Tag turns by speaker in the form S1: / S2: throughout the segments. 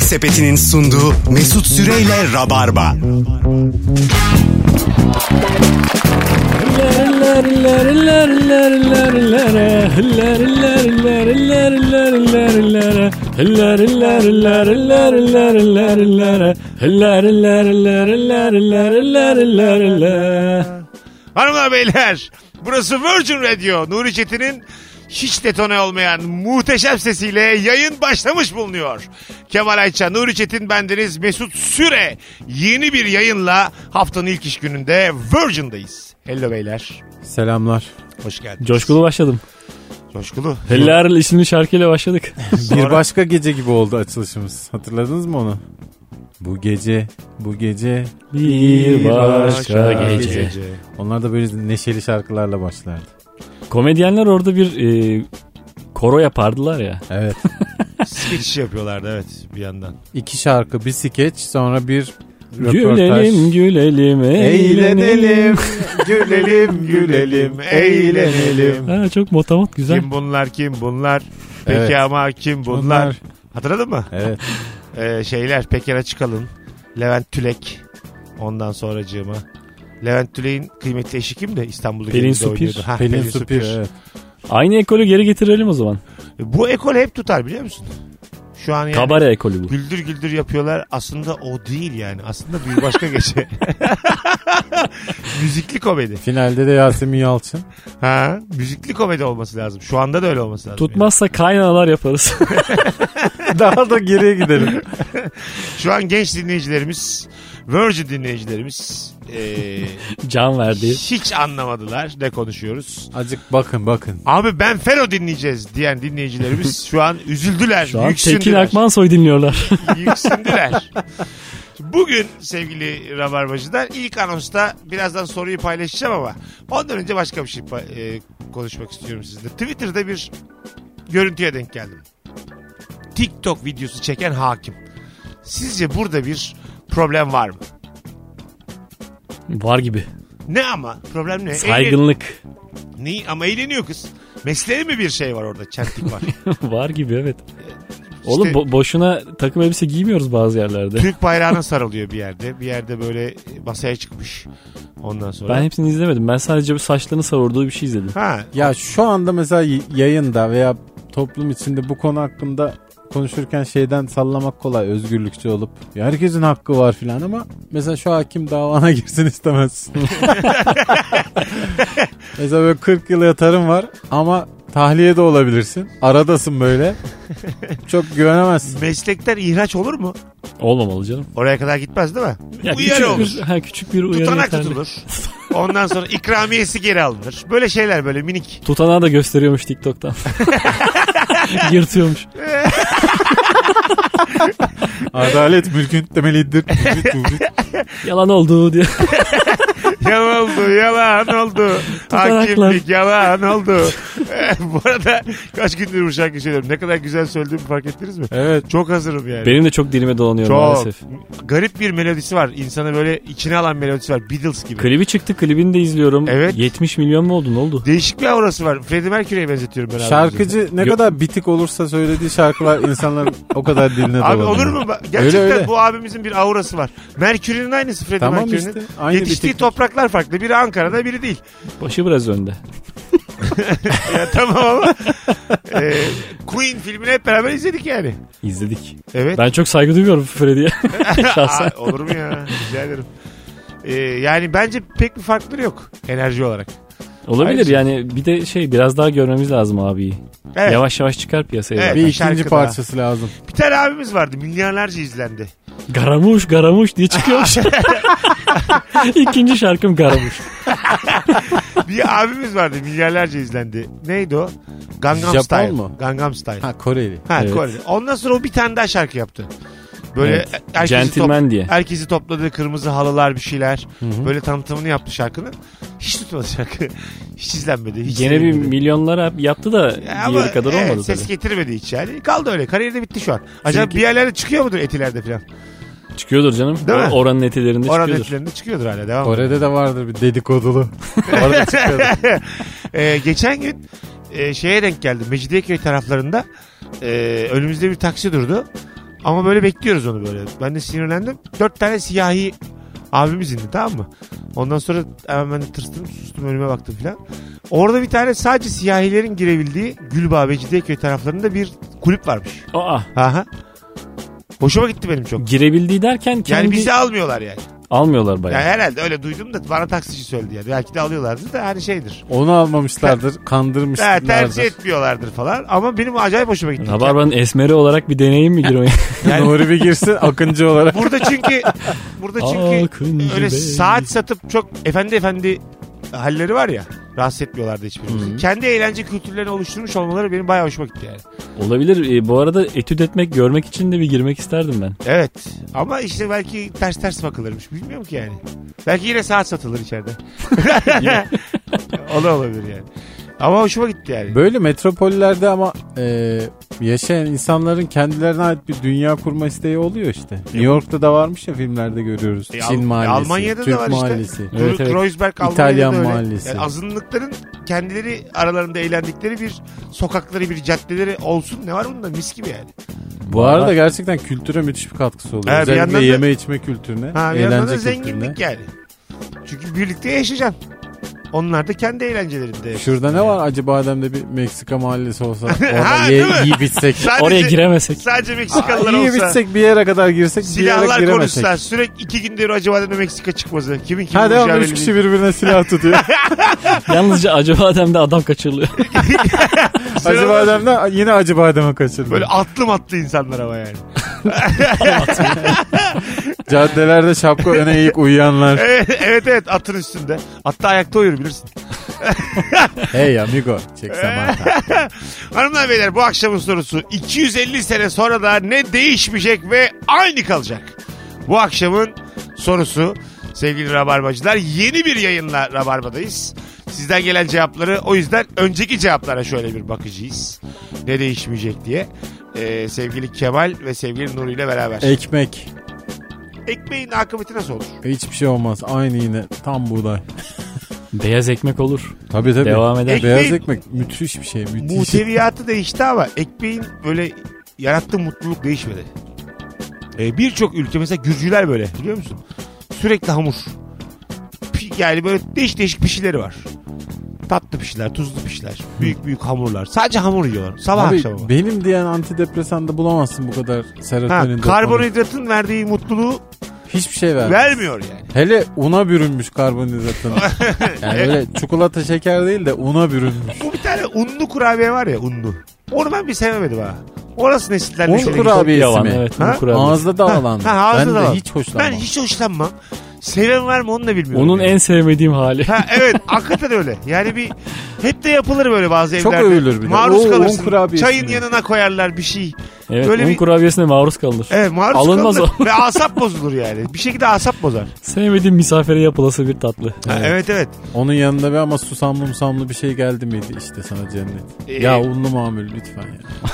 S1: Sepeti'nin sunduğu Mesut Süreyle Rabarba.
S2: Hanımlar beyler burası Virgin Radio. Nuri Çetin'in hiç detone olmayan muhteşem sesiyle yayın başlamış bulunuyor. Kemal Ayça, Nuri Çetin bendeniz Mesut Süre yeni bir yayınla haftanın ilk iş gününde Virgin'dayız. Hello beyler.
S3: Selamlar.
S2: Hoş geldiniz.
S4: Coşkulu başladım.
S2: Coşkulu.
S4: Heller isimli şarkıyla başladık.
S3: Bir başka gece gibi oldu açılışımız. Hatırladınız mı onu? Bu gece, bu gece.
S4: Bir başka gece.
S3: Onlar da böyle neşeli şarkılarla başlardı.
S4: Komedyenler orada bir e, koro yapardılar ya.
S3: Evet.
S2: Skeç yapıyorlardı evet bir yandan.
S3: İki şarkı, bir skeç, sonra bir röportaj.
S4: Gülelim gülelim
S3: Eğlenelim,
S4: eğlenelim.
S3: gülelim, gülelim, eğlenelim.
S4: Ha, çok motamot güzel.
S2: Kim bunlar kim bunlar? Peki
S3: Evet.
S2: ama kim bunlar?
S3: Bunlar.
S2: Hatırladın mı?
S3: Evet.
S2: Ee, şeyler Peker çıkalım. Levent Tülek. Ondan sonracığıma. Levent Tülek'in kıymetli eşi kim de İstanbul'da
S4: Pelin
S2: gelinde
S4: Supir.
S2: oynuyordu. Ha,
S3: Pelin Supir. Evet.
S4: Aynı ekolü geri getirelim o zaman.
S2: Bu ekol hep tutar biliyor musun? Şu an yani
S4: Kabare ekolü bu.
S2: güldür güldür yapıyorlar. Aslında o değil yani. Aslında bir başka gece. müzikli komedi.
S3: Finalde de Yasemin Yalçın.
S2: Ha, müzikli komedi olması lazım. Şu anda da öyle olması lazım.
S4: Tutmazsa kaynalar yaparız.
S3: Daha da geriye gidelim.
S2: yani. Şu an genç dinleyicilerimiz, Virgin dinleyicilerimiz eee,
S4: Can verdiği.
S2: hiç anlamadılar ne konuşuyoruz.
S3: Azıcık bakın bakın.
S2: Abi ben Fero dinleyeceğiz diyen dinleyicilerimiz şu an üzüldüler,
S4: Şu an Tekin
S2: yüksündüler.
S4: Akmansoy dinliyorlar.
S2: yüksündüler. Bugün sevgili Rabarbacılar ilk anonsta birazdan soruyu paylaşacağım ama ondan önce başka bir şey pa- e, konuşmak istiyorum sizinle. Twitter'da bir görüntüye denk geldim. TikTok videosu çeken hakim. Sizce burada bir problem var mı?
S4: Var
S2: E,
S4: gibi.
S2: Ne ama? Problem ne? Eğlen-
S4: Saygınlık.
S2: Ne? Ama eğleniyor kız. Mesleği mi bir şey var orada? Çentik var.
S4: Var gibi evet.
S2: İşte-
S4: Oğlum bo- boşuna takım elbise giymiyoruz bazı yerlerde.
S2: Türk bayrağına sarılıyor bir yerde. Bir yerde böyle masaya çıkmış. Ondan sonra.
S4: Ben hepsini izlemedim. Ben sadece bu saçlarını savurduğu bir şey izledim.
S2: Ha.
S3: Ya şu anda mesela y- yayında veya toplum içinde bu konu hakkında konuşurken şeyden sallamak kolay özgürlükçü olup. Ya herkesin hakkı var filan ama mesela şu hakim davana girsin istemezsin. mesela böyle 40 yıl yatarım var ama tahliye de olabilirsin. Aradasın böyle. Çok güvenemezsin.
S2: Meslekten ihraç olur mu?
S4: Olmamalı canım.
S2: Oraya kadar gitmez değil mi?
S4: Ya
S2: Uyarı olur.
S4: küçük bir, ha, küçük bir uyarı
S2: Tutanak
S4: yeterli.
S2: tutulur. Ondan sonra ikramiyesi geri alınır. Böyle şeyler böyle minik.
S4: Tutanağı da gösteriyormuş TikTok'tan. Yırtıyormuş.
S3: Adalet mülkün temelidir.
S4: Yalan oldu diye.
S2: Yalan oldu, yalan oldu.
S4: Tutanaklar.
S2: Hakimlik yalan oldu. Bu arada kaç gündür bu şarkıyı söylüyorum. Ne kadar güzel söylediğimi fark ettiniz mi?
S3: evet.
S2: Çok hazırım yani.
S4: Benim de çok dilime dolanıyor
S2: Çok
S4: maalesef.
S2: garip bir melodisi var. İnsanı böyle içine alan melodisi var. Beatles gibi.
S4: Klibi çıktı klibini de izliyorum.
S2: Evet.
S4: 70 milyon mu oldu ne oldu?
S2: Değişik bir aurası var. Freddie Mercury'e benzetiyorum ben abi.
S3: Şarkıcı ne
S4: Yok.
S3: kadar bitik olursa söylediği şarkılar insanların o kadar diline dolanıyor.
S2: Abi olur mu? Bak, Gerçekten
S3: Öyle, öyle.
S2: bu abimizin bir aurası var. Merkür'ün aynısı Freddie
S3: Tamam
S2: Mercury'nin.
S3: işte, aynı
S2: Yetiştiği
S3: bir tek-
S2: topraklar farklı. Biri Ankara'da biri değil.
S4: Başı biraz önde.
S2: Ya tamam ama e, Queen filmini hep beraber izledik yani.
S4: İzledik.
S2: Evet.
S4: Ben çok saygı duyuyorum Freddy'ye. şahsen.
S2: Aa, olur mu ya? Rica ederim. E, yani bence pek bir farkları yok enerji olarak.
S4: Olabilir
S2: Ayrıca-
S4: yani bir de şey biraz daha görmemiz lazım abiyi.
S2: Evet.
S4: Yavaş yavaş çıkar piyasaya.
S2: Evet.
S3: Bir
S2: Şarkı
S3: ikinci
S2: da.
S3: parçası lazım.
S2: Bir tane abimiz vardı milyarlarca izlendi.
S4: Garamuş garamuş diye çıkıyormuş. İkinci şarkım garamuş.
S2: Bir abimiz vardı milyarlarca izlendi. Neydi o? Gangnam
S3: Japon
S2: Style.
S3: mu?
S2: Gangnam Style.
S3: Ha Koreli.
S2: Ha
S4: Evet.
S2: Kore. Ondan sonra o bir tane daha şarkı yaptı. Böyle e,
S4: Evet.
S2: herkesi,
S4: Gentleman diye.
S2: herkesi topladığı kırmızı halılar bir şeyler. Böyle tanıtımını yaptı şarkının. Hiç tutmadı şarkı. Hiç izlenmedi. Hiç
S4: Gene bir
S2: sevilmedi.
S4: milyonlara yaptı da
S2: Ya
S4: diğeri kadar
S2: evet,
S4: olmadı
S2: ses
S4: tabii.
S2: getirmedi hiç yani. Kaldı öyle. Kariyeri de bitti şu an. Acaba bir yerlerde çıkıyor mudur etilerde falan?
S4: Çıkıyordur canım.
S2: Değil mi?
S4: O- Oranın etelerinde
S2: Oranın
S4: çıkıyordur.
S2: etilerinde çıkıyordur hala. Devam.
S3: Kore'de de vardır bir dedikodulu. Orada çıkıyordu.
S2: Ee, geçen gün e, şeye denk geldim. Mecidiyeköy taraflarında e, önümüzde bir taksi durdu. Ama böyle bekliyoruz onu böyle. Ben de sinirlendim. Dört tane siyahi abimiz indi tamam mı? Ondan sonra hemen ben de tırstım sustum önüme baktım filan. Orada bir tane sadece siyahilerin girebildiği Gülbabecidiyeköy taraflarında bir kulüp varmış.
S4: Aa
S2: Aha. Hoşuma gitti benim çok.
S4: girebildiği derken kendi
S2: Yani bizi almıyorlar yani.
S4: almıyorlar
S2: Ya
S4: bayağı.
S2: herhalde öyle duydum da bana taksici söyledi yani. Belki de alıyorlardı da hani şeydir.
S3: Onu almamışlardır,
S2: Ha, tercih
S3: kandırmışlardır.
S2: etmiyorlardır falan. Ama benim acayip hoşuma gitti.
S4: Rabarba'nın esmeri olarak bir deneyim mi girmeye?
S2: Yani-
S3: Nuri bir girsin Akıncı olarak.
S2: Burada çünkü burada çünkü
S4: Akıncı
S2: öyle
S4: Bey.
S2: saat satıp çok efendi efendi halleri var ya rahatsız etmiyorlardı hiçbirimizi. Kendi eğlence kültürlerini oluşturmuş olmaları benim bayağı hoşuma gitti yani.
S4: Olabilir. Ee, bu arada etüt etmek, görmek için de bir girmek isterdim ben.
S2: Evet ama işte belki ters ters bakılırmış bilmiyorum ki yani. Belki yine saat satılır içeride. o da olabilir yani. Ama hoşuma gitti yani.
S3: Böyle metropollerde ama e, yaşayan insanların kendilerine ait bir dünya kurma isteği oluyor işte. New York'ta da varmış ya filmlerde görüyoruz.
S2: E, Al-
S3: Çin
S2: e,
S3: mahallesi,
S2: Almanya'da
S3: Türk
S2: da var işte.
S3: mahallesi.
S2: Kro-
S4: Evet, evet.
S2: Kreuzberg Almanya'da
S3: İtalyan
S2: da öyle.
S3: mahallesi.
S2: Yani azınlıkların kendileri aralarında eğlendikleri bir sokakları bir caddeleri olsun ne var bunda mis gibi yani.
S3: Bu arada gerçekten kültüre müthiş bir katkısı oluyor.
S2: Ha, bir
S3: Özellikle
S2: yandan da-
S3: yeme içme kültürüne,
S2: Ha, bir yandan da
S3: eğlence kültürüne.
S2: zenginlik yani. Çünkü birlikte yaşayacaksın. Onlar da kendi eğlencelerinde.
S3: Şurada ne var acaba Adem'de bir Meksika mahallesi olsa
S2: Ha,
S3: orada
S2: değil
S3: ye,
S2: mi?
S3: yiyip içsek.
S2: Sadece,
S4: Oraya giremesek.
S2: Sadece
S3: Aa,
S2: Meksikalılar
S3: Yiyip
S2: olsa.
S3: içsek bir yere kadar girsek bir yere
S2: Silahlar
S3: giremesek.
S2: konuşsa sürekli iki gündür acaba da Meksika çıkması. Kimin kimin
S3: Ha
S2: vuracağı
S3: devam üç
S2: belli
S3: kişi
S2: değil.
S3: birbirine silah tutuyor.
S4: Yalnızca acaba Adem'de adam kaçırılıyor.
S3: Acı bademden yine acı bademe kaçırdı.
S2: Böyle atlı matlı insanlar ama yani.
S3: Caddelerde şapka öne eğik uyuyanlar.
S2: evet evet, evet, atın üstünde. Hatta ayakta uyur bilirsin.
S3: hey amigo
S2: Ee?
S3: çek zamanta.
S2: Hanımlar beyler bu akşamın sorusu 250 sene sonra da ne değişmeyecek ve aynı kalacak? Bu akşamın sorusu sevgili Rabarbacılar yeni bir yayınla Rabarba'dayız. Sizden gelen cevapları o yüzden önceki cevaplara şöyle bir bakacağız. Ne değişmeyecek diye. Ee, sevgili Kemal ve sevgili Nuri ile beraber.
S3: Ekmek.
S2: Ekmeğin akıbeti nasıl olur?
S3: Hiçbir şey olmaz. Aynı yine tam buğday.
S4: Beyaz ekmek olur.
S3: Tabii tabii.
S4: Devam eder.
S2: Ekmek-
S3: Beyaz ekmek müthiş bir şey. Müthiş.
S2: Muhteviyatı değişti ama ekmeğin böyle yarattığı mutluluk değişmedi. Ee, Birçok ülke mesela Gürcüler böyle biliyor musun? Sürekli hamur. Pi- Yani böyle değişik değişik pişileri var. Tatlı pişiler, tuzlu pişiler, büyük büyük hamurlar. Sadece hamur yiyorlar. Sabah
S3: Abi,
S2: akşam. ama.
S3: benim diyen antidepresan da bulamazsın bu kadar
S2: Ha,
S3: serotonin. dopamin.
S2: karbonhidratın verdiği mutluluğu
S3: Hiçbir şey vermez.
S2: vermiyor yani.
S3: Hele una bürünmüş karbonhidratın. yani böyle çikolata şeker değil de una bürünmüş.
S2: Bu bir tane unlu kurabiye var ya unlu. Onu ben bir sevemedim ha. Orası nesilden
S3: Un
S2: nesile
S3: kurabiye. Abi
S4: Yavan
S3: ismi.
S4: evet.
S2: Ha?
S4: Onu kurardım.
S3: Ağızda dağılan.
S2: Ha, ağızda
S3: ben
S2: dağılan.
S3: de hiç hoşlanmam.
S2: Ben hiç hoşlanmam. Seven var mı onu da bilmiyorum.
S4: Onun
S2: yani.
S4: en sevmediğim hali.
S2: Ha evet hakikaten öyle. Yani bir hep de yapılır böyle bazı
S3: Çok
S2: evlerde.
S3: övülür bir de.
S2: Maruz
S3: Oo, un
S2: kalırsın.
S3: kurabiyesi
S2: Çayın
S3: mi?
S2: yanına koyarlar bir şey.
S4: Evet,
S2: Böyle
S4: un
S2: bir-
S4: kurabiyesine maruz kalır.
S2: Evet maruz
S4: Alınmaz
S2: kalınır.
S4: o.
S2: Ve asap bozulur yani. Bir şekilde asap bozar.
S4: Sevmediğim misafire yapılası bir tatlı.
S2: Ha,
S3: Evet.
S2: evet evet.
S3: Onun yanında bir ama susamlı musamlı bir şey geldi miydi işte sana cennet.
S2: Ee,
S3: ya unlu mamül lütfen ya.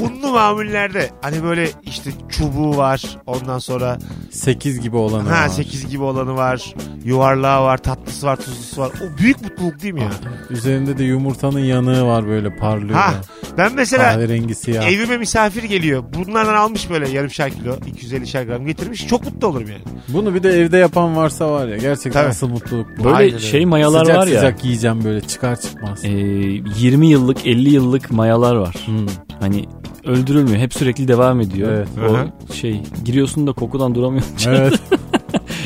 S2: Unlu mamullerde hani böyle işte çubuğu var. Ondan sonra
S3: 8 gibi olanı
S2: ha
S3: var.
S2: 8 gibi olanı var. Yuvarlağı var. Tatlısı var. Tuzlusu var. O büyük mutluluk değil mi ya?
S3: Üzerinde de yumurtanın yanığı var böyle parlıyor.
S2: Ha,
S3: Ha,
S2: ben mesela
S3: Kahverengi siyah.
S2: Evime misafir geliyor. Bunlardan almış böyle yarımşar kilo, 250 gram getirmiş. Çok mutlu olurum yani.
S3: Bunu bir de evde yapan varsa var ya gerçekten
S2: Tabii.
S3: asıl mutluluk bu.
S4: Böyle
S2: Aynen öyle.
S4: şey mayalar
S3: sıcak
S4: var ya.
S3: sıcak yiyeceğim böyle çıkar çıkmaz.
S4: e, 20 yıllık 50 yıllık mayalar var.
S3: Hmm.
S4: Hani öldürülmüyor. Hep sürekli devam ediyor.
S3: Evet.
S4: O
S2: Aha.
S4: şey giriyorsun da kokudan duramıyorsun.
S3: Evet.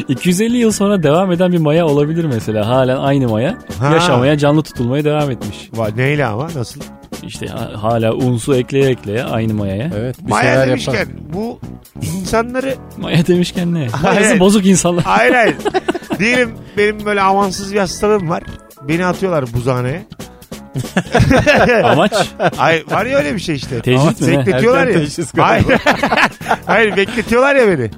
S4: 250 yıl sonra devam eden bir maya olabilir mesela. Halen aynı maya
S2: Ha.
S4: yaşamaya, canlı tutulmaya devam etmiş.
S2: Vay, Neyle ama nasıl?
S4: İşte ha- hala unsu ekleye ekleye aynı mayaya.
S3: evet. Bir
S2: Maya
S3: şeyler
S2: demişken
S3: yapar.
S2: bu insanları
S4: Maya demişken ne?
S2: Hayır.
S4: Mayası bozuk insanlar.
S2: hayır hayır. Diyelim benim böyle amansız bir hastalığım var. Beni atıyorlar buzhaneye.
S4: Amaç
S2: Ay var ya öyle bir şey işte.
S4: tecrit mi ne?
S2: Bekletiyorlar
S3: Erken
S2: ya.
S3: teşhis
S2: Hayır. hayır bekletiyorlar ya beni.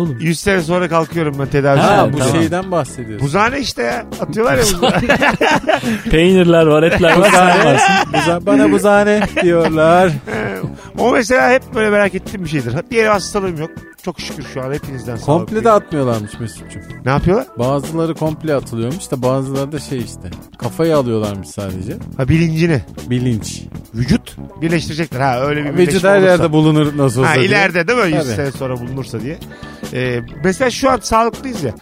S4: oğlum?
S2: 100 sene sonra kalkıyorum ben
S4: Ha,
S2: tedavisi.
S3: bu şey-
S4: tamam.
S3: şeyden bahsediyorsun.
S2: Buzhane işte ya. Atıyorlar ya buzhane.
S4: Peynirler var, etler var, sen
S3: Buzhane,
S4: varsın.
S3: buza- bana buzhane diyorlar.
S2: o mesela hep böyle merak ettiğim bir şeydir. Ha, Diğer hastalığım yok. Çok şükür şu an hepinizden sağlıklıyım.
S3: Komple de atmıyorlarmış Mesut'cum.
S2: Ne yapıyorlar?
S3: Bazıları komple atılıyormuş da bazıları da şey işte. Kafayı alıyorlarmış sadece.
S2: Ha bilincini.
S3: Bilinç.
S2: Vücut birleştirecekler. Ha öyle bir
S3: Vücut
S2: birleşme
S3: her
S2: olursa.
S3: yerde bulunur nasıl olsa
S2: Ha,
S3: diye.
S2: ileride değil mi? 100
S3: Tabii.
S2: sene sonra bulunursa diye. Ee, mesela şu an sağlıklıyız ya.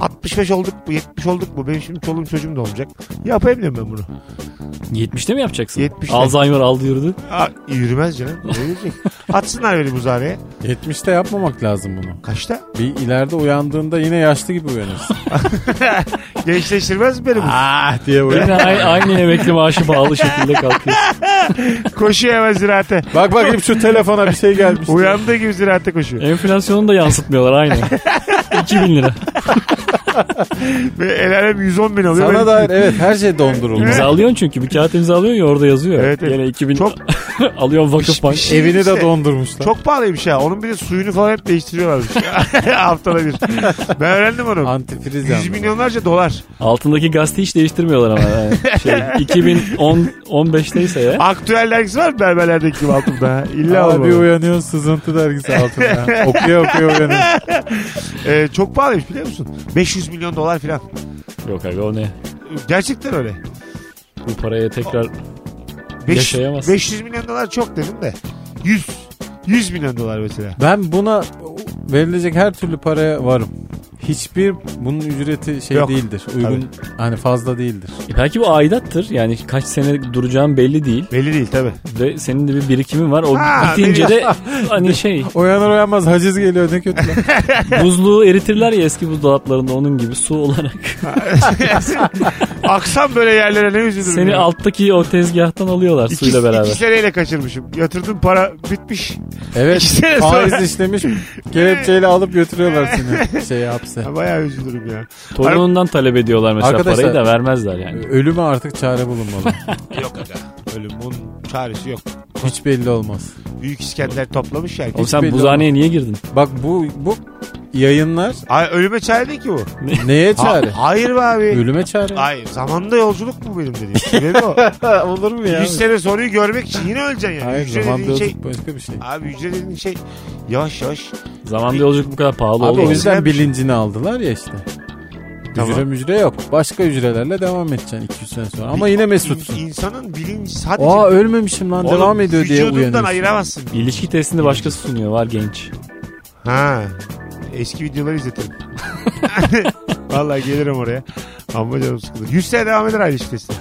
S2: 65 olduk mu 70 olduk mu benim şimdi çoluğum çocuğum da olacak. Yapayım diyorum ben bunu.
S4: 70'te mi yapacaksın?
S2: 70'te.
S4: Alzheimer aldı yürüdü.
S2: Aa, yürümez canım. Ne yürüyecek? Atsınlar beni buzhaneye.
S3: 70'te yapmamak lazım bunu.
S2: Kaçta?
S3: Bir ileride uyandığında yine yaşlı gibi uyanırsın.
S2: Gençleştirmez mi beni bu?
S3: ah diye
S4: Yine aynı, aynı emekli maaşı bağlı şekilde kalkıyor.
S2: Koşuyor hemen ziraate.
S3: Bak bakayım şu telefona bir şey gelmiş. diye.
S2: Uyandığı gibi ziraate koşuyor.
S4: Enflasyonu da yansıtmıyorlar aynı. 2000 lira.
S2: Ve el alem 110 bin alıyor.
S3: Sana
S2: Benim-
S3: dair evet her şey dondurulmuş.
S4: İmzalıyorsun çünkü bir kağıt imzalıyorsun ya orada yazıyor.
S2: Evet, evet.
S4: Yine 2000
S2: Çok-
S4: alıyorsun vakıf bank.
S2: Bir şey
S3: Evini
S2: işte.
S3: de dondurmuşlar.
S2: Çok pahalıymış ha. Onun bir de suyunu falan hep değiştiriyorlarmış. Haftada bir. Ben öğrendim onu.
S3: Antifriz yalnız.
S2: 100 milyonlarca dolar.
S4: Altındaki gazete hiç değiştirmiyorlar ama. Yani. Şey, 2010 15'teyse ya.
S2: Aktüel dergisi var mı berberlerdeki gibi altında? ha? İlla
S3: Aa,
S2: olur.
S3: bir uyanıyorsun sızıntı dergisi altında. okuya okuya uyanıyorsun.
S2: Ee, çok pahalıymış biliyor musun? 500 milyon dolar falan.
S4: Yok abi o ne?
S2: Gerçekten öyle.
S4: Bu paraya tekrar
S2: Beş-
S4: Yaşayamazsın.
S2: 500 milyon dolar çok dedim de. 100. 100 milyon dolar mesela.
S3: Ben buna verilecek her türlü paraya varım. Hiçbir bunun ücreti şey
S2: Yok.
S3: değildir. Uygun hani fazla değildir.
S4: E belki bu aidattır. Yani kaç sene duracağın belli değil
S2: Belli değil tabii.
S4: ve senin de bir birikimin var. O
S2: Ha,
S4: bitince de hani şey
S3: Uyanır uyanmaz haciz geliyor ne kötü. lan.
S4: buzluğu eritirler ya eski buzdolaplarında onun gibi su olarak.
S2: Aksan böyle yerlere ne üzülürüm.
S4: Seni
S2: ya.
S4: alttaki o tezgahtan alıyorlar
S2: İki-
S4: suyla
S2: İki
S4: beraber.
S2: seneyle kaçırmışım. Yatırdım para bitmiş. İki
S3: Evet
S2: sene sonra.
S3: faiz işlemiş kelepçeyle alıp götürüyorlar seni şeye hapse.
S2: Ya Bayağı üzülürüm ya.
S4: Torunundan talep ediyorlar mesela
S3: Arkadaşlar- e,
S4: parayı da vermezler yani.
S3: Ölüme artık çare bulunmalı.
S2: Yok aga. Ölüm bunun çaresi yok.
S3: Hiç belli olmaz.
S2: Büyük İskender toplamış ya.
S4: Oğlum sen
S3: belli
S4: buzhaneye niye girdin?
S3: Bak bu bu yayınlar
S2: Ay, ölüme çare değil ki bu.
S3: neye
S2: Ha-
S3: çare?
S2: hayır be abi.
S3: Ölüme çare.
S2: Hayır. Zamanda yolculuk bu benim dediğim. Sebebi o.
S3: Olur mu
S2: 100 sene soruyu görmek için yine öleceksin yani.
S3: Hayır
S2: hücre
S3: zaman
S2: dediğin şey...
S3: şey... başka bir şey.
S2: Abi hücre dediğin şey yavaş yavaş.
S4: Zamanda yolculuk bu kadar pahalı
S3: Abi o
S4: oldu.
S3: yüzden
S2: Güzel bir şey.
S3: bilincini aldılar ya işte.
S2: Tamam.
S3: Hücre mücre yok. Başka hücrelerle devam edeceksin 200 sene sonra. Ama yine
S2: İn-
S3: mesutsun.
S2: İnsanın bilinci sadece...
S3: Aa ölmemişim lan
S2: Oğlum,
S3: devam ediyor diye
S2: Vücudundan
S3: uyanıyorsun.
S2: ayıramazsın.
S4: İlişki testini başkası sunuyor var genç.
S2: Ha. Eski videoları izletirim. Vallahi gelirim oraya. Ama canım sıkılır. 100 sene devam eder aynı iştesi.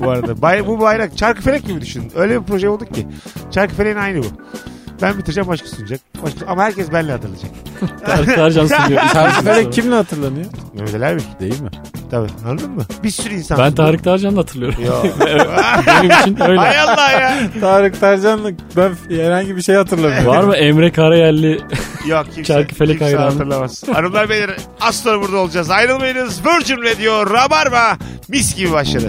S2: Bu arada. Bay, bu bayrak çarkıfelek gibi düşün. Öyle bir proje olduk ki. Çarkıfeleğin aynı bu. Ben bitireceğim başka sunacak. Başka, ama herkes benle hatırlayacak.
S4: Tarık Tarcan sunuyor.
S3: Tarık Felek kimle hatırlanıyor?
S2: Mehmet Ali Erbil.
S3: Değil mi?
S2: Tabii. Anladın mı? Bir sürü insan.
S4: Ben
S2: sundu.
S4: Tarık Tarcan'ı hatırlıyorum.
S2: Yo.
S4: Benim için öyle.
S2: Hay Allah ya.
S3: Tarık Tarcan'la ben herhangi bir şey hatırlamıyorum.
S4: Var mı Emre Karayelli?
S2: Yok kimse,
S4: Çarkı felek
S2: kimse
S4: hayranı.
S2: hatırlamaz. Hanımlar beyler az sonra burada olacağız. Ayrılmayınız. Virgin Radio Rabarba mis gibi başladı.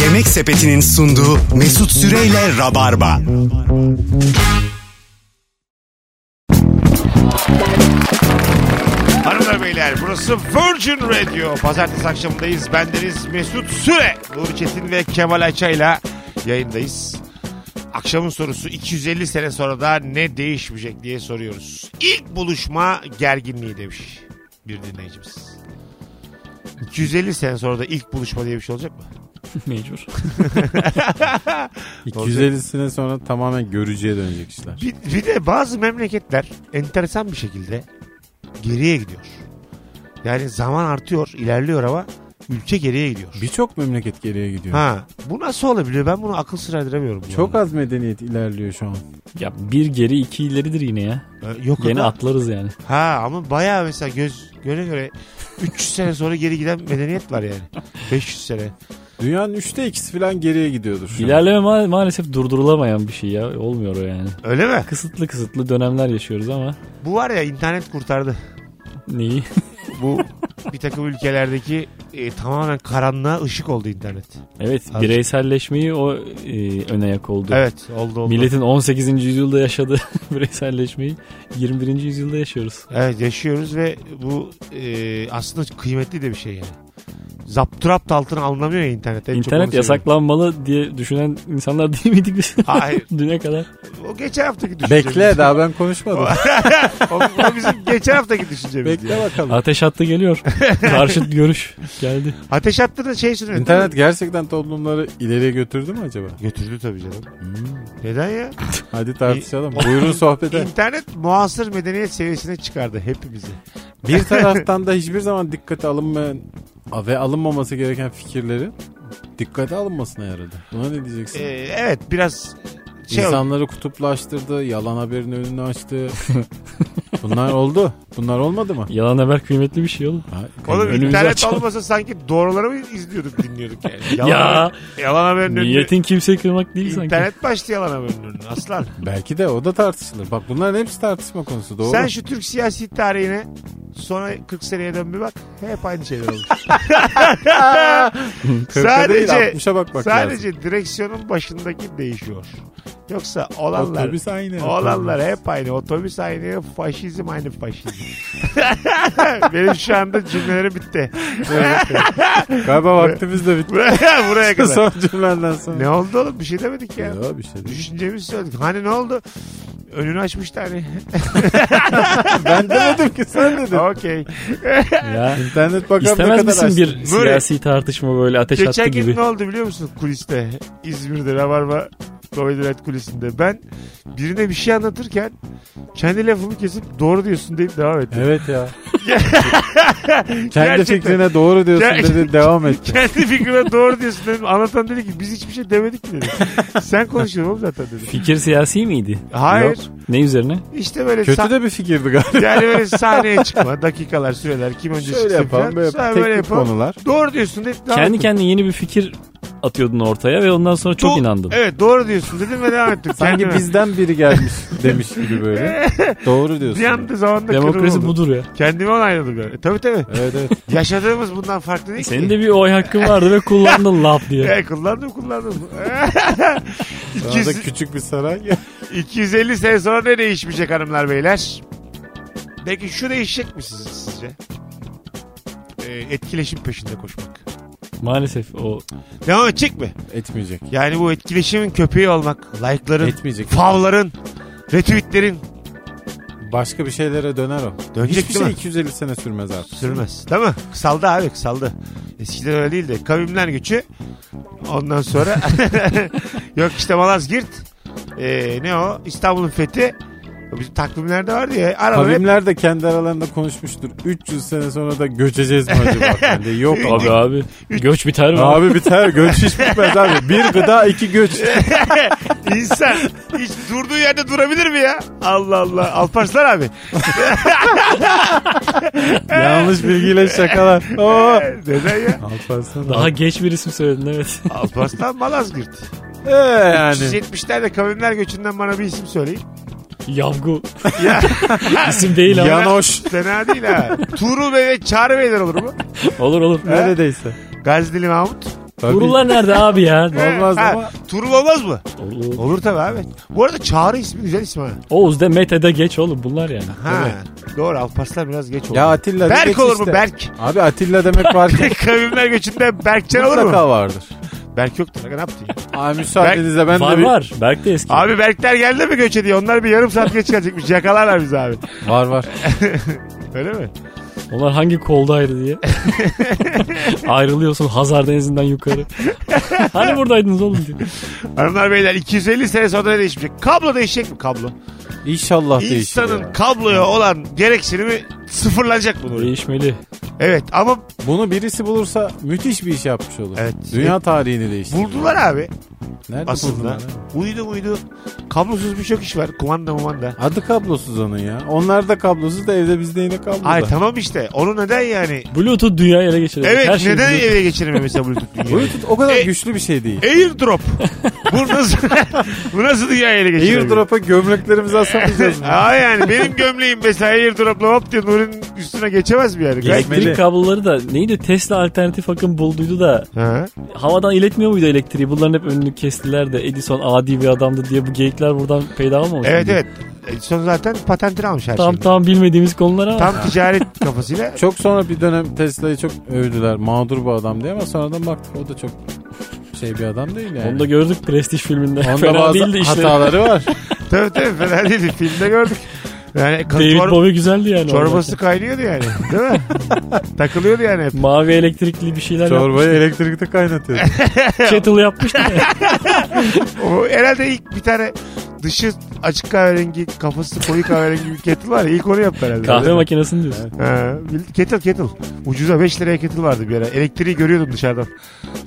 S1: Yemek Sepeti'nin sunduğu Mesut Süreyle Rabarba.
S2: Hanımlar beyler burası Virgin Radio. Pazartesi akşamındayız. Bendeniz Mesut Süre. Nuri Çetin ve Kemal Ayça'yla yayındayız. Akşamın sorusu 250 sene sonra da ne değişmeyecek diye soruyoruz. İlk buluşma gerginliği demiş bir dinleyicimiz. 250 sene sonra da ilk buluşma diye bir şey olacak mı?
S4: Mecbur.
S3: 250 sene sonra tamamen görücüye dönecek işler.
S2: Bir, bir de bazı memleketler enteresan bir şekilde geriye gidiyor. Yani zaman artıyor, ilerliyor ama ülke geriye gidiyor.
S3: Birçok memleket geriye gidiyor.
S2: Ha, bu nasıl olabiliyor? Ben bunu akıl sır erdiremiyorum. bu
S3: Çok
S2: arada.
S3: az medeniyet ilerliyor şu an.
S4: Ya bir geri iki ileridir yine ya.
S2: Ee, yok
S4: Yeni
S2: ama-
S4: atlarız yani.
S2: Ha ama bayağı mesela göz göre göre 300 sene sonra geri giden medeniyet var yani. 500 sene.
S3: Dünyanın üçte ikisi falan geriye gidiyordur şu an.
S4: İlerleme ma- maalesef durdurulamayan bir şey ya. Olmuyor o yani.
S2: Öyle mi?
S4: Kısıtlı kısıtlı dönemler yaşıyoruz ama
S2: Bu var ya internet kurtardı.
S4: neyi?
S2: Bu bir takım ülkelerdeki e, tamamen karanlığa ışık oldu internet.
S4: Evet
S2: Abi.
S4: bireyselleşmeyi o e, öne yak oldu.
S2: Evet oldu oldu.
S4: Milletin 18. yüzyılda yaşadığı bireyselleşmeyi 21. yüzyılda yaşıyoruz.
S2: Evet yaşıyoruz ve bu e, aslında kıymetli de bir şey yani. Zapturapt altına alınamıyor ya internet. En çok onu
S4: İnternet
S2: seviyorum.
S4: yasaklanmalı diye düşünen insanlar değil miydik biz?
S2: Hayır.
S4: Düne kadar.
S2: O geçen haftaki düşüncemiz.
S3: Bekle daha ben konuşmadım.
S2: o, o bizim geçen haftaki düşüncemiz.
S3: Bekle bakalım.
S4: Ateş hattı geliyor. Karşıt görüş geldi.
S2: Ateş attığında şey söylüyor.
S3: İnternet gerçekten toplumları ileriye götürdü mü acaba?
S2: Götürdü tabii canım. Hmm. Neden ya?
S3: Hadi tartışalım. Buyurun sohbete.
S2: İnternet muasır medeniyet seviyesine çıkardı hepimizi.
S3: Bir taraftan da hiçbir zaman dikkate alınmayan ve alınmaması gereken fikirleri dikkate alınmasına yaradı. Buna ne diyeceksin?
S2: Ee, evet biraz şey oldu.
S3: İnsanları kutuplaştırdı, yalan haberin önünü açtı. Bunlar oldu. Bunlar olmadı mı?
S4: Yalan haber kıymetli bir şey oğlum.
S3: Ha,
S2: Oğlum
S4: Önümüzü
S2: internet
S4: açalım.
S2: olmasa sanki doğruları mı izliyorduk dinliyorduk yani. Yalan,
S4: Ya.
S2: yalan haberin önünü-
S4: Niyetin kimseyi kırmak değil sanki.
S2: İnternet başladı yalan haberin önünü aslan.
S3: Belki de o da tartışılır. Bak bunların hepsi tartışma konusu doğru.
S2: Sen şu Türk siyasi tarihine sonra 40 seneye dön bir bak. Hep aynı şeyler olmuş.
S3: Kırka değil,
S2: sadece-
S3: 60'a bakmak lazım.
S2: Sadece direksiyonun başındaki değişiyor. Yoksa olanlar
S3: Otobüs aynı.
S2: olanlar hep aynı. Otobüs aynı, faşizm aynı faşizm. Benim şu anda cümlelerim bitti.
S3: Galiba vaktimiz de bitti.
S2: Buraya, buraya kadar.
S3: Son cümlenden sonra.
S2: ne oldu oğlum? Bir şey demedik ya.
S3: Yok, bir şey değil.
S2: Düşüncemizi söyledik. Hani ne oldu? Önünü açmıştı hani.
S3: Ben demedim ki sen dedin.
S2: Okey.
S4: Ya.
S3: İnternet bakalım ne
S4: İstemez
S3: kadar
S4: misin
S3: açtı.
S4: bir siyasi tartışma böyle ateş hattı
S2: Geçen gün
S4: gibi?
S2: ne oldu biliyor musun kuliste? İzmir'de Rabarba Comedy Night kulisinde. Ben birine bir şey anlatırken kendi lafımı kesip doğru diyorsun deyip devam ettim.
S3: Evet ya. Kendi
S2: Gerçekten.
S3: fikrine doğru diyorsun
S2: Gerçekten.
S3: dedi devam etti.
S2: Kendi fikrine doğru diyorsun dedim. Anlatan dedi ki biz hiçbir şey demedik ki dedi. Sen konuşuyorsun oğlum zaten dedi.
S4: Fikir siyasi miydi?
S2: Hayır.
S4: Ne üzerine?
S2: İşte böyle
S3: Kötü
S2: sa-
S3: de bir fikirdi galiba.
S2: yani böyle sahneye çıkma. Dakikalar süreler. Kim önce
S3: Şöyle
S2: çıksın
S3: yapalım
S2: falan.
S3: böyle
S2: Sonra
S3: teknik konular.
S2: Doğru diyorsun deyip devam
S4: Kendi
S2: ettim.
S4: kendine yeni bir fikir atıyordun ortaya ve ondan sonra çok
S2: Do-
S4: inandın.
S2: Evet doğru diyorsun dedim ve devam ettim.
S3: Sanki
S2: Kendime.
S3: bizden biri gelmiş demiş gibi böyle. doğru diyorsun.
S2: Bir anda zamanda
S4: Demokrasi
S2: kırılmadım.
S4: budur ya.
S2: Kendime onayladım yani. Tabii tabii.
S3: Evet evet.
S2: Yaşadığımız bundan farklı değil
S4: Senin
S2: ki.
S4: de bir oy hakkın vardı ve kullandın laf diye.
S2: E, kullandım kullandım. E,
S3: Daha da
S2: 200,
S3: küçük bir saray.
S2: 250 sene sonra ne değişmeyecek hanımlar beyler? Belki şu değişecek mi siz, sizce? E, etkileşim peşinde koşmak.
S4: Maalesef o
S2: Devam edecek mi?
S3: Etmeyecek.
S2: Yani bu etkileşimin köpeği olmak. Like'ların,
S3: Etmeyecek.
S2: favların, retweetlerin
S3: Başka bir şeylere döner o.
S2: Dönecek
S3: Hiçbir
S2: değil
S3: şey
S2: mi?
S3: 250 sene sürmez artık.
S2: sürmez. Değil mi? Kısaldı abi kısaldı. Eskiden öyle değildi. Kavimler gücü. Ondan sonra yok işte Malazgirt. E, ne o? İstanbul'un fethi. Bizim takvimlerde vardı ya. Araba hep
S3: Kavimler de kendi aralarında konuşmuştur. 300 sene sonra da göçeceğiz mi acaba? Yani yok
S4: abi
S3: abi.
S4: abi göç biter mi?
S3: Abi biter göç hiç bitmez abi. Bir gıda iki göç.
S2: İnsan hiç durduğu yerde durabilir mi ya? Allah Allah. Alparslan abi.
S3: Yanlış bilgiyle şakalar. Oo.
S2: Neden ya?
S3: Alparslan
S4: Daha geç bir isim söyledin evet.
S2: Alparslan Malazgirt.
S3: Ee,
S2: Şey
S3: yani.
S2: 370'lerde kavimler göçünden bana bir isim söyleyin.
S4: Yavgu. isim değil ama.
S3: Yanoş.
S2: Fena değil ha. Tuğrul Bey ve Çağrı Beyler olur mu?
S4: Olur olur.
S3: Neredeyse.
S2: Gazdili Mahmut.
S3: Tabii.
S4: Uğurlar nerede abi ya?
S3: Olmaz
S2: Ha,
S3: ama.
S2: Tuğrul olmaz mı?
S4: Olur.
S2: Olur tabii abi. Bu arada Çağrı ismi güzel isim ha.
S4: Oğuz de Mete de geç oğlum bunlar yani.
S2: ha doğru Alparslan biraz geç oldu.
S3: Ya Atilla da geç
S2: Berk olur
S3: işte.
S2: mu Berk?
S3: Abi Atilla demek var ki.
S2: Kavimler göçünde Berkcan olur mu?
S3: Mutlaka vardır.
S2: Berk yoktur. Ne yaptın ya?
S3: Abi müsaadenizle ben de
S4: var
S3: bir...
S4: var. Berk de eski.
S2: Abi Berkler geldi mi göç ediyor? Onlar bir yarım saat geç gelecekmiş. Yakalarlar bizi abi.
S3: Var var.
S2: Öyle mi?
S4: Onlar hangi koldaydı diye. Ayrılıyorsun Hazar Denizi'nden yukarı. hani buradaydınız oğlum diye.
S2: Hanımlar beyler 250 sene sonra ne değişmeyecek? Kablo değişecek mi kablo?
S3: İnşallah değişir
S2: İnsanın
S3: ya.
S2: kabloya olan gereksinimi sıfırlanacak bunu.
S4: Değişmeli.
S2: Evet ama
S3: Bunu birisi bulursa müthiş bir iş yapmış olur.
S2: Evet.
S3: Dünya tarihini değiştirir.
S2: buldular abi.
S3: Nerede buldun
S2: aslında.
S3: abi?
S2: Uydu uydu. Kablosuz birçok iş var. Kumanda mumanda.
S3: Adı kablosuz onun ya. Onlar da kablosuz da evde bizde yine kablolu.
S2: Ay tamam işte. Onu neden yani?
S4: Bluetooth dünyayı ele geçirecek.
S2: Evet şey
S4: Her şeyi
S2: neden e-
S4: Bluetooth-
S2: eve geçiremiyor mesela Bluetooth dünyayı?
S3: Bluetooth o kadar
S2: E-
S3: güçlü bir şey değil.
S2: Airdrop. bu nasıl, bu nasıl dünya ele geçiremiyor?
S3: Airdrop'a gömleklerimizi asamayacağız mı?
S2: Ha yani benim gömleğim mesela airdropla hop diye Nuri'nin üstüne geçemez mi yani? Gayet-
S3: Geçmeli.
S4: Elektrik kabloları da neydi Tesla alternatif akım bulduydu da
S2: Ha.
S4: havadan iletmiyor muydu elektriği? Bunların hep önünü kestiler de Edison adi bir adamdı diye bu geyikler buradan peyda olmamış.
S2: Evet
S4: mıydı?
S2: evet. Edison zaten patentini almış her
S4: Tam
S2: şeyi.
S4: tam bilmediğimiz konular ama.
S2: Tam ticaret kafasıyla.
S3: Çok sonra bir dönem Tesla'yı çok övdüler. Mağdur bu adam diye ama sonradan baktık o da çok şey bir adam değil yani.
S4: Onu da gördük Prestige filminde.
S3: Onda
S4: Fena
S3: bazı
S4: değildi işleri.
S3: hataları var.
S2: tabii tabii fena değildi. Filmde gördük. Yani kan-
S4: David
S2: çor-
S4: Bowie güzeldi yani.
S2: çorbası kaynıyordu yani. Değil mi? Takılıyordu yani hep.
S4: orada. Mavi elektrikli bir şeyler yapmış.
S3: Çorbayı elektrikte kaynatıyor.
S4: Kettle yapmıştı ya.
S2: O, herhalde ilk bir tane dışı açık kahverengi, kafası koyu kahverengi bir kettle var ya. İlk onu yaptı herhalde.
S4: Kahve
S2: Değil mi?
S4: makinesini diyorsun.
S2: Ha, bil- kettle kettle. Ucuza 5 liraya kettle vardı bir ara. Elektriği görüyordum dışarıdan.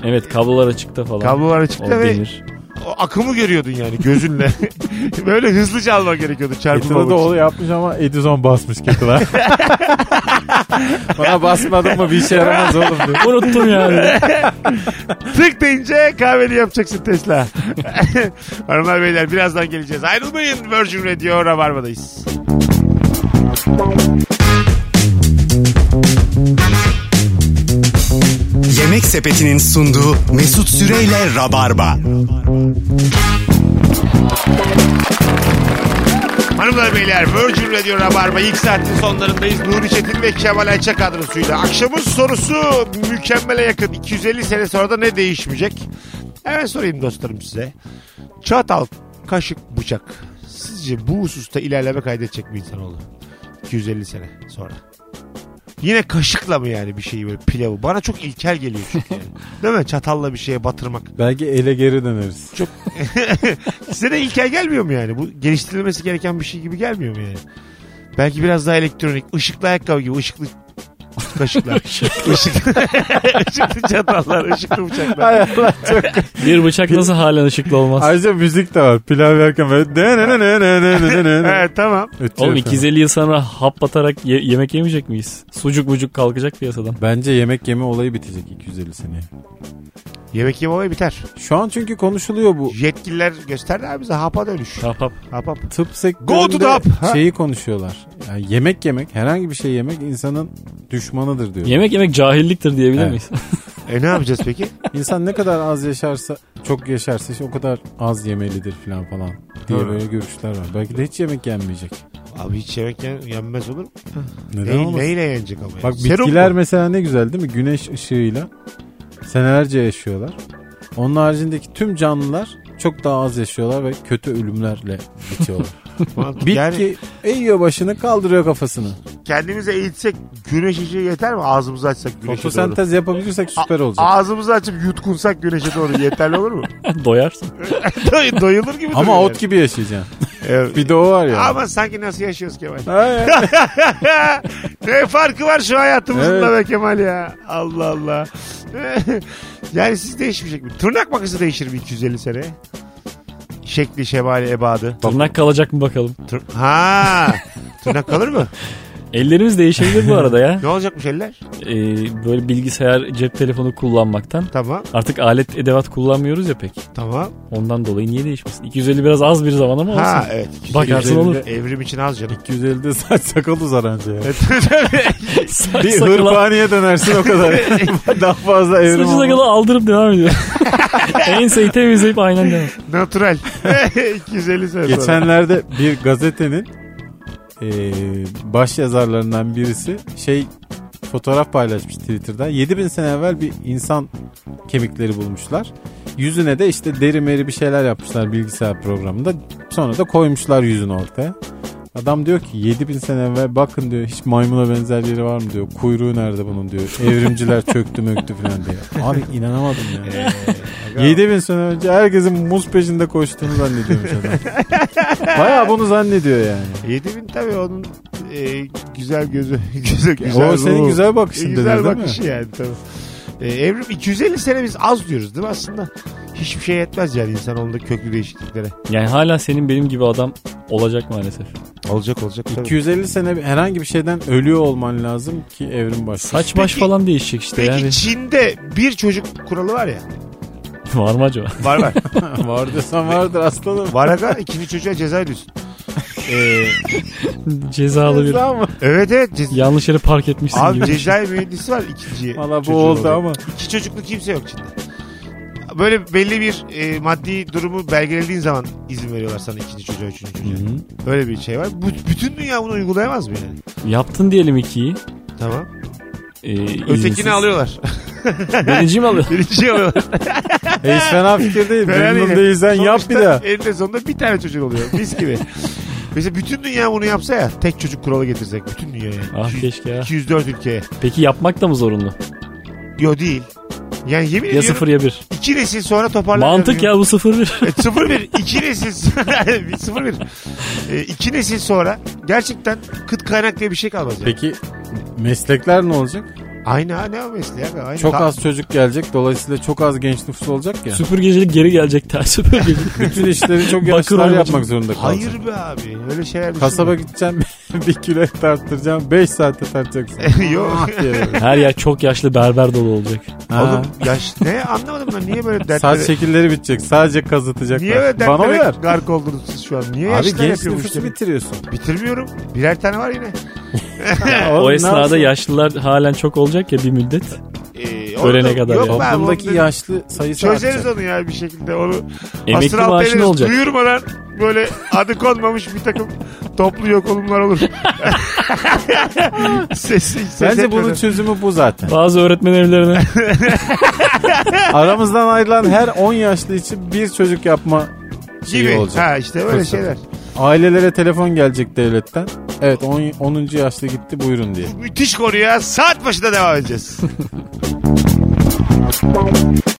S4: Evet kablolar açıkta falan.
S2: Kablolar
S4: o
S2: çıktı ve
S4: demir.
S2: o akımı görüyordun yani gözünle. Böyle hızlıca almak gerekiyordu
S3: Kettle'ı
S2: çarpmamak
S3: da
S2: için.
S3: o yapmış ama Edison basmış Kettle'a. Bana basmadın mı bir işe yaramaz oğlum diyor.
S4: Unuttum yani.
S2: Tık deyince kahveni yapacaksın Tesla. Hanımlar beyler birazdan geleceğiz. Ayrılmayın Virgin Radio Rabarba'dayız.
S1: Yemek Sepeti'nin sunduğu Mesut Süreyle Rabarba.
S2: Hanımlar beyler Virgin Radio Rabarba ilk saatin sonlarındayız. Nuri Çetin ve Kemal Ayça kadrosuyla. Akşamın sorusu mükemmele yakın. 250 sene sonra da ne değişmeyecek? Hemen sorayım dostlarım size. Çatal, kaşık, bıçak. Sizce bu hususta ilerleme kaydedecek mi insanoğlu? 250 sene sonra. Yine kaşıkla mı yani bir şeyi böyle pilavı? Bana çok ilkel geliyor çünkü yani. Değil mi? Çatalla bir şeye batırmak.
S3: Belki ele geri döneriz.
S2: Size de ilkel gelmiyor mu yani? Bu geliştirilmesi gereken bir şey gibi gelmiyor mu yani? Belki biraz daha elektronik, ışıklı ayakkabı gibi, ışıklı kaşıklar. Işıklı, ışıklı çatallar, ışıklı bıçaklar.
S3: Hay Allah çok.
S4: Bir bıçak nasıl halen ışıklı olmaz?
S3: Ayrıca müzik de var. Pilav yerken böyle ne ne ne ne ne ne ne ne ne.
S2: Evet tamam.
S3: Ötüyor
S4: Oğlum
S3: falan.
S4: 250 yıl sonra hap batarak ye- yemek yemeyecek miyiz? Sucuk bucuk kalkacak piyasadan.
S3: Bence yemek yeme olayı bitecek 250 seneye.
S2: Yemek yeme olayı biter.
S3: Şu an çünkü konuşuluyor bu.
S2: Yetkililer gösterdi abi bize hapa dönüş.
S4: Hap hap.
S2: Hap hap.
S3: Tıp
S2: Go to the
S3: sektöründe
S2: up, ha?
S3: şeyi konuşuyorlar. Yani yemek yemek, herhangi bir şey yemek insanın düşmanıdır diyor.
S4: Yemek yemek cahilliktir diyebilir
S3: Evet.
S4: miyiz?
S2: E ne yapacağız peki?
S3: İnsan ne kadar az yaşarsa, çok yaşarsa işte o kadar az yemelidir falan falan diye
S2: Evet.
S3: böyle görüşler var. Belki de hiç yemek yenmeyecek.
S2: Abi hiç yemek yen- yenmez olur mu?
S3: Neden
S2: Ne,
S3: olmasın?
S2: neyle yenecek ama?
S3: Bak
S2: yani? Serum
S3: bitkiler
S2: mu?
S3: mesela ne güzel değil mi? Güneş ışığıyla senelerce yaşıyorlar. Onun haricindeki tüm canlılar çok daha az yaşıyorlar ve kötü ölümlerle bitiyorlar. Bitki
S2: Yani
S3: eğiyor başını kaldırıyor kafasını.
S2: kendimize eğitsek güneş ışığı yeter mi? Ağzımızı açsak güneşe doğru.
S3: Fotosentez yapabilirsek süper
S2: A-
S3: olacak.
S2: Ağzımızı açıp yutkunsak güneşe doğru yeterli olur mu?
S4: Doyarsın.
S2: Doy- Doyulur gibi
S3: Ama
S2: duruyor
S3: ot gibi yaşayacaksın.
S2: yani. Evet.
S3: Bir de o var ya.
S2: Ama sanki nasıl yaşıyoruz Kemal?
S3: Ay,
S2: ne farkı var şu hayatımızda
S3: Evet.
S2: be Kemal ya? Allah Allah. yani siz değişmeyecek mi? Tırnak makası değişir mi 250 sene? Şekli, şemali, ebadı.
S4: Tırnak kalacak mı bakalım?
S2: Tır- ha. Tırnak kalır mı?
S4: Ellerimiz değişebilir bu arada ya.
S2: Ne olacakmış eller?
S4: Ee, böyle bilgisayar, cep telefonu kullanmaktan.
S2: Tamam,
S4: Artık alet edevat kullanmıyoruz ya pek.
S2: tamam.
S4: Ondan dolayı niye değişmesin? 250 biraz az bir zaman ama olsun.
S2: Ha evet.
S4: Bakarsın
S3: 250
S4: olur.
S2: Evrim için az canım.
S3: 250'de saç sakal uzar anca ya. E, Bir
S4: Saksakal'a-
S3: hırpaniye dönersin o kadar. Daha fazla evrim
S4: Saçı
S3: olmaz.
S4: sakalı aldırıp devam ediyor. Enseyi temizleyip aynen devam.
S2: Natural. 250 sene sonra.
S3: Geçenlerde bir gazetenin eee baş yazarlarından birisi şey fotoğraf paylaşmış Twitter'da. 7000 sene evvel bir insan kemikleri bulmuşlar. Yüzüne de işte deri meri bir şeyler yapmışlar bilgisayar programında. Sonra da koymuşlar yüzünü ortaya. Adam diyor ki 7000 sene evvel bakın diyor hiç maymuna benzer yeri var mı diyor. Kuyruğu nerede bunun diyor. Evrimciler çöktü möktü falan diyor. Abi inanamadım ya. 7000 sene önce herkesin muz peşinde koştuğunu zannediyormuş adam. Baya bunu zannediyor yani.
S2: 7000 tabii onun e, güzel gözü. güzel, güzel
S3: o senin
S2: ruhu.
S3: güzel
S2: E,
S3: bakışın
S2: güzel
S3: dedi değil mi?
S2: bakışı yani tabii. E, evrim 250 sene biz az diyoruz değil mi aslında? hiçbir şey yetmez yani insanoğlundaki köklü değişikliklere.
S4: Yani hala senin benim gibi adam olacak maalesef.
S2: Olacak olacak tabii.
S3: 250 sene bir- herhangi bir şeyden ölüyor olman lazım ki evrim başlasın.
S4: Saç baş
S2: Peki-
S4: falan değişecek işte
S2: Peki
S4: yani.
S2: Çin'de bir çocuk kuralı var ya.
S4: Var mı acaba?
S2: Var var.
S3: Var desen vardır aslanım.
S2: var aga ikinci çocuğa ceza ödüyorsun. Ee,
S4: Cezalı bir.
S3: Ceza mı?
S2: evet evet. cez-
S4: Yanlış yere park etmişsin
S2: Abi
S4: gibi.
S2: cezai mühendisi var ikinciye.
S3: Valla bu
S2: çocuğun
S3: oldu
S2: oluyor.
S3: ama.
S2: İki çocuklu kimse yok Çin'de. Böyle belli bir e, maddi durumu belgelediğin zaman izin veriyorlar sana ikinci çocuğa, üçüncü çocuğa.
S4: Hı-hı.
S2: Böyle bir şey var. Bu, bütün dünya bunu uygulayamaz mı yani?
S4: Yaptın diyelim ikiyi.
S2: Tamam.
S4: Ee, izinsiz.
S2: Ötekini alıyorlar.
S4: Birinciyi mi alıyor?
S2: Birinciyi şey alıyorlar.
S3: E, hiç fena fikir değil.
S2: Fena
S3: Memnun
S2: değil.
S3: değilsen yap bir
S2: Sonuçta
S3: daha.
S2: Eninde sonunda bir tane çocuğun oluyor. Biz gibi. Mesela bütün dünya bunu yapsa ya tek çocuk kuralı getirsek bütün dünyaya.
S4: Ah
S2: 200
S4: keşke ya.
S2: 204 ülkeye.
S4: Peki yapmak da mı zorunlu?
S2: Yo değil. Yani yemin
S4: Ya
S2: ediyorum
S4: sıfır ya bir.
S2: iki nesil sonra toparlanır.
S4: Mantık ya bu sıfır bir.
S2: E, 01 iki nesil bir 01 e, iki nesil sonra gerçekten kıt kaynak diye bir şey kalmaz yani.
S3: Peki meslekler ne olacak?
S2: Aynı ha ne o mesleği abi aynı.
S3: Çok
S2: Ta-
S3: az çocuk gelecek. Dolayısıyla çok az genç nüfus olacak ya.
S4: Süpürgecilik geri gelecek ter süpürgecilik.
S3: Bütün işleri çok
S4: Bakır
S3: yaşlılar
S4: olacak.
S3: yapmak zorunda kalacak.
S2: Hayır be abi öyle şeyler düşünme.
S3: Kasaba gideceğim bir kilo et tarttıracağım. 5 saatte tartacaksın.
S2: Yok.
S3: Ah diye böyle.
S4: Her yer çok yaşlı berber dolu olacak.
S3: Ha.
S2: Oğlum yaş ne anlamadım ben niye böyle dertlere.
S3: Saç şekilleri bitecek. Sadece kazıtacaklar.
S2: Niye böyle
S3: Bana uyar.
S2: dertlere gark oldunuz siz şu an? Niye
S3: Abi
S2: yaşlılar
S3: genç
S2: yapıyor bu
S3: nüfusu
S2: işleri?
S3: bitiriyorsun.
S2: Bitirmiyorum. Birer tane var yine.
S4: o esnada yaşlılar halen çok olacak ya bir müddet.
S2: Ee,
S4: Ölene
S2: orada-
S4: kadar
S2: yok
S4: yani.
S2: be abi,
S3: Toplumdaki
S2: onu-
S3: yaşlı sayısı
S2: Çözeriz
S3: artacak.
S2: onu ya bir şey şekilde. Onu
S4: Emekli
S2: astral
S4: maaşı ne
S2: deneriz.
S4: olacak?
S2: Duyurmadan böyle adı konmamış bir takım toplu yok olumlar olur. Sesi, ses
S3: Bence bunun
S2: etmeden.
S3: çözümü bu zaten.
S4: Bazı öğretmen evlerine
S3: Aramızdan ayrılan her 10 yaşlı için bir çocuk yapma şeyi
S2: gibi.
S3: şey olacak.
S2: Ha işte böyle
S3: Fırsatı.
S2: şeyler.
S3: Ailelere telefon gelecek devletten. Evet 10. 10. yaşlı gitti buyurun diye.
S2: Müthiş konuya saat başında devam edeceğiz.